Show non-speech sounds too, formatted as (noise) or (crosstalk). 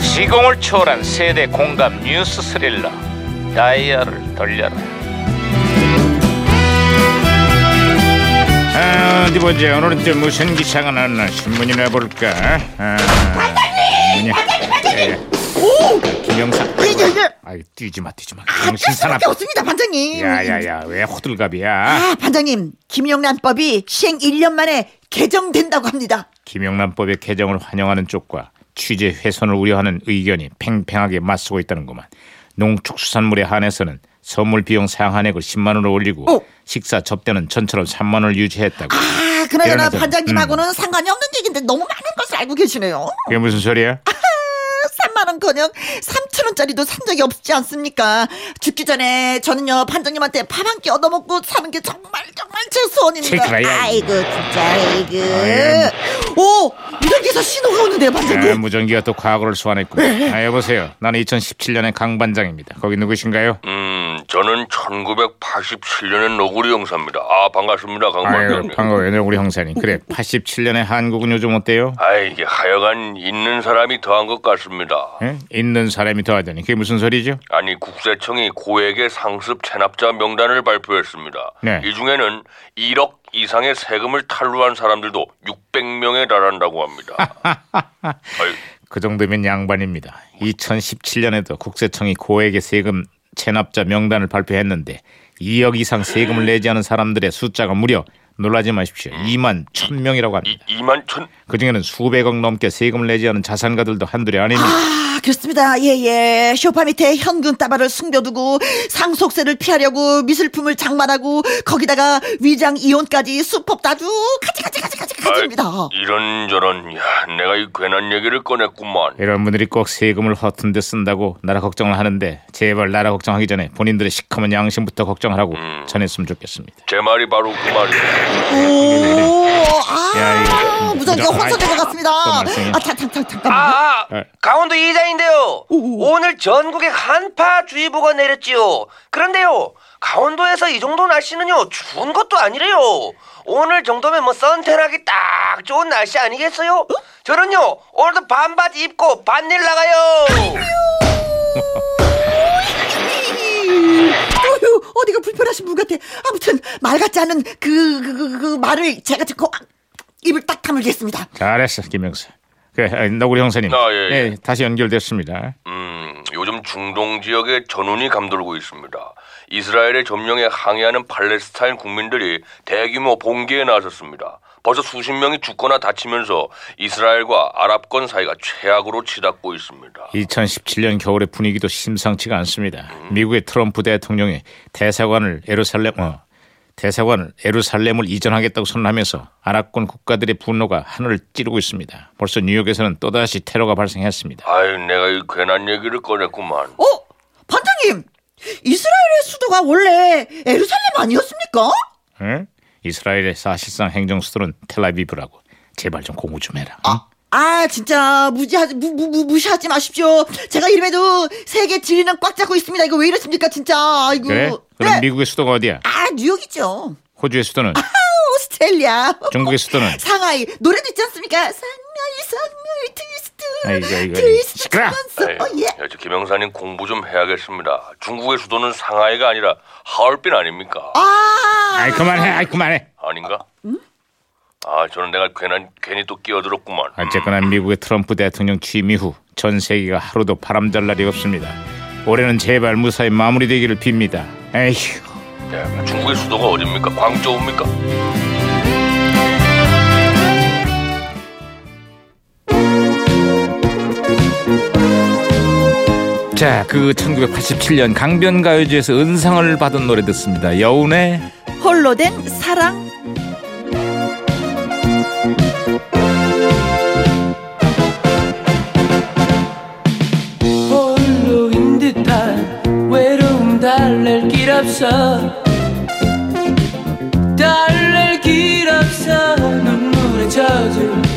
시공을 초월한 세대 공감 뉴스 스릴러 다이얼을 돌려라 아, 어디 보자. 오늘은 또 무슨 기사가 났나 신문이나 볼까. 아, 반장님, 반장님, 반장님. 김영사. 예, 예. 아이 뛰지 마, 뛰지 마. 아, 뛸 수밖에 없습니다, 반장님. 야야야, 왜 호들갑이야? 아, 반장님, 김영란법이 시행 1년 만에 개정된다고 합니다. 김영란법의 개정을 환영하는 쪽과 취재 훼손을 우려하는 의견이 팽팽하게 맞서고 있다는구만. 농축수산물에 한해서는 선물 비용 상한액을 10만 원으로 올리고 어. 식사 접대는 전처럼 3만 원을 유지했다고. 아, 그나저나 일어나자. 반장님하고는 상관이 없는 얘기인데 너무 많은 것을 알고 계시네요. 그게 무슨 소리야? 아, 3만 원커녕 3천 원짜리도 산 적이 없지 않습니까? 죽기 전에 저는요 반장님한테 밥 한 끼 얻어먹고 사는 게 정말 정말 제 소원입니다. 시끄러워요. 아이고 진짜 아이고. 아유. 오, 여기서 신호가 오는데요, 아, 반장님. 무전기가 또 과거를 소환했고. 네. 아, 여보세요. 나는 2017년의 강 반장입니다. 거기 누구신가요? 음, 저는 1987년의 노구리 형사입니다. 아, 반갑습니다, 아유, 강반장님. 반가워요, 우리 형사님. 어, 그래, 87년의 한국은 요즘 어때요? 아이, 이게 하여간 있는 사람이 더한 것 같습니다. 예? 있는 사람이 더하다니 그게 무슨 소리죠? 아니, 국세청이 고액의 상습 체납자 명단을 발표했습니다. 네. 이 중에는 1억 이상의 세금을 탈루한 사람들도 600명에 (laughs) 달한다고 합니다. 아이, 그 정도면 양반입니다. 2017년에도 국세청이 고액의 세금 체납자 명단을 발표했는데 2억 이상 세금을 내지 않은 사람들의 숫자가 무려 놀라지 마십시오. 2만 1,000명이라고 합니다. 2만 천... 그중에는 수백억 넘게 세금을 내지 않은 자산가들도 한둘이 아닙니다. 아, 그렇습니다. 예, 예. 쇼파 밑에 현금 따발을 숨겨두고 상속세를 피하려고 미술품을 장만하고 거기다가 위장 이혼까지 수법 다주 가지 가지 가지 가지 가지입니다. 아, 이런저런, 야, 내가 이 괜한 얘기를 꺼냈구만. 이런 분들이 꼭 세금을 허튼 데 쓴다고 나라 걱정을 하는데 제발 나라 걱정하기 전에 본인들의 시커먼 양심부터 걱정하라고 전했으면 좋겠습니다. 제 말이 바로 그 말이에요. 오, 예, 야, 아, 이거. 무전기가 혼선된 것 같습니다. 또 말썽이야. 아, 참, 참, 참, 잠깐만. 아, 네. 강원도 이자인데요. 오늘 전국에 한파주의보가 내렸지요. 그런데요, 강원도에서 이 정도 날씨는요, 추운 것도 아니래요. 오늘 정도면 뭐 선탠하기 딱 좋은 날씨 아니겠어요? 저는요, 오늘도 반바지 입고 반일 나가요. 어휴, 어디가 불편하신 분 같아. 아무튼 말 같지 않은 그, 그, 그, 그 말을 제가 듣고 입을 딱 다물겠습니다. 잘했어 김영사. 그래 너구리 형사님. 아, 예, 예. 네, 다시 연결됐습니다. 음, 요즘 중동 지역에 전운이 감돌고 있습니다. 이스라엘의 점령에 항의하는 팔레스타인 국민들이 대규모 봉기에 나섰습니다. 벌써 수십 명이 죽거나 다치면서 이스라엘과 아랍권 사이가 최악으로 치닫고 있습니다. 2017년 겨울의 분위기도 심상치가 않습니다. 미국의 트럼프 대통령이 대사관을 에루살렘 어, 대사관을 에루살렘을 이전하겠다고 선언하면서 아랍권 국가들의 분노가 하늘을 찌르고 있습니다. 벌써 뉴욕에서는 또다시 테러가 발생했습니다. 아유, 내가 이 괜한 얘기를 꺼냈구만. 어? 반장님! 이스라엘의 수도가 원래 에루살렘 아니었습니까? 응? 이스라엘의 사실상 행정 수도는 텔아비브라고. 제발 좀 공부 좀 해라. 응? 아, 진짜, 무지하지, 무, 무, 무, 무시하지 마십시오. 제가 이름에도 세계 진리는 꽉 잡고 있습니다. 이거 왜 이렇습니까, 진짜. 아이고. 그래? 그럼 네. 미국의 수도가 어디야? 아, 뉴욕이죠. 호주의 수도는? 오스트레일리아. 중국의 수도는? 상하이. 노래도 있지 않습니까? 상하이, 상하이, 트위스트. 아이고, 아이고, 트위스트. 시끄러워. 트랜스. 아유, 어, 예. 야, 저 김영사님 공부 좀 해야겠습니다. 중국의 수도는 상하이가 아니라 하얼빈 아닙니까? 아. 아이 그만해, 아이 그만해. 아닌가? 음? 아, 저는 내가 괜한 괜히 또 끼어들었구만. 어쨌거나 미국의 트럼프 대통령 취임 이후 전 세계가 하루도 바람잘 날이 없습니다. 올해는 제발 무사히 마무리되기를 빕니다. 에휴. 음, 야, 중국의 수도가 어디입니까? 광저우입니까? 자, 그 1987년 강변가요제에서 은상을 받은 노래 듣습니다. 여운의 홀로 된 사랑. 홀로인 듯한 외로움 달랠 길 없어 달랠 길 없어 눈물에 젖은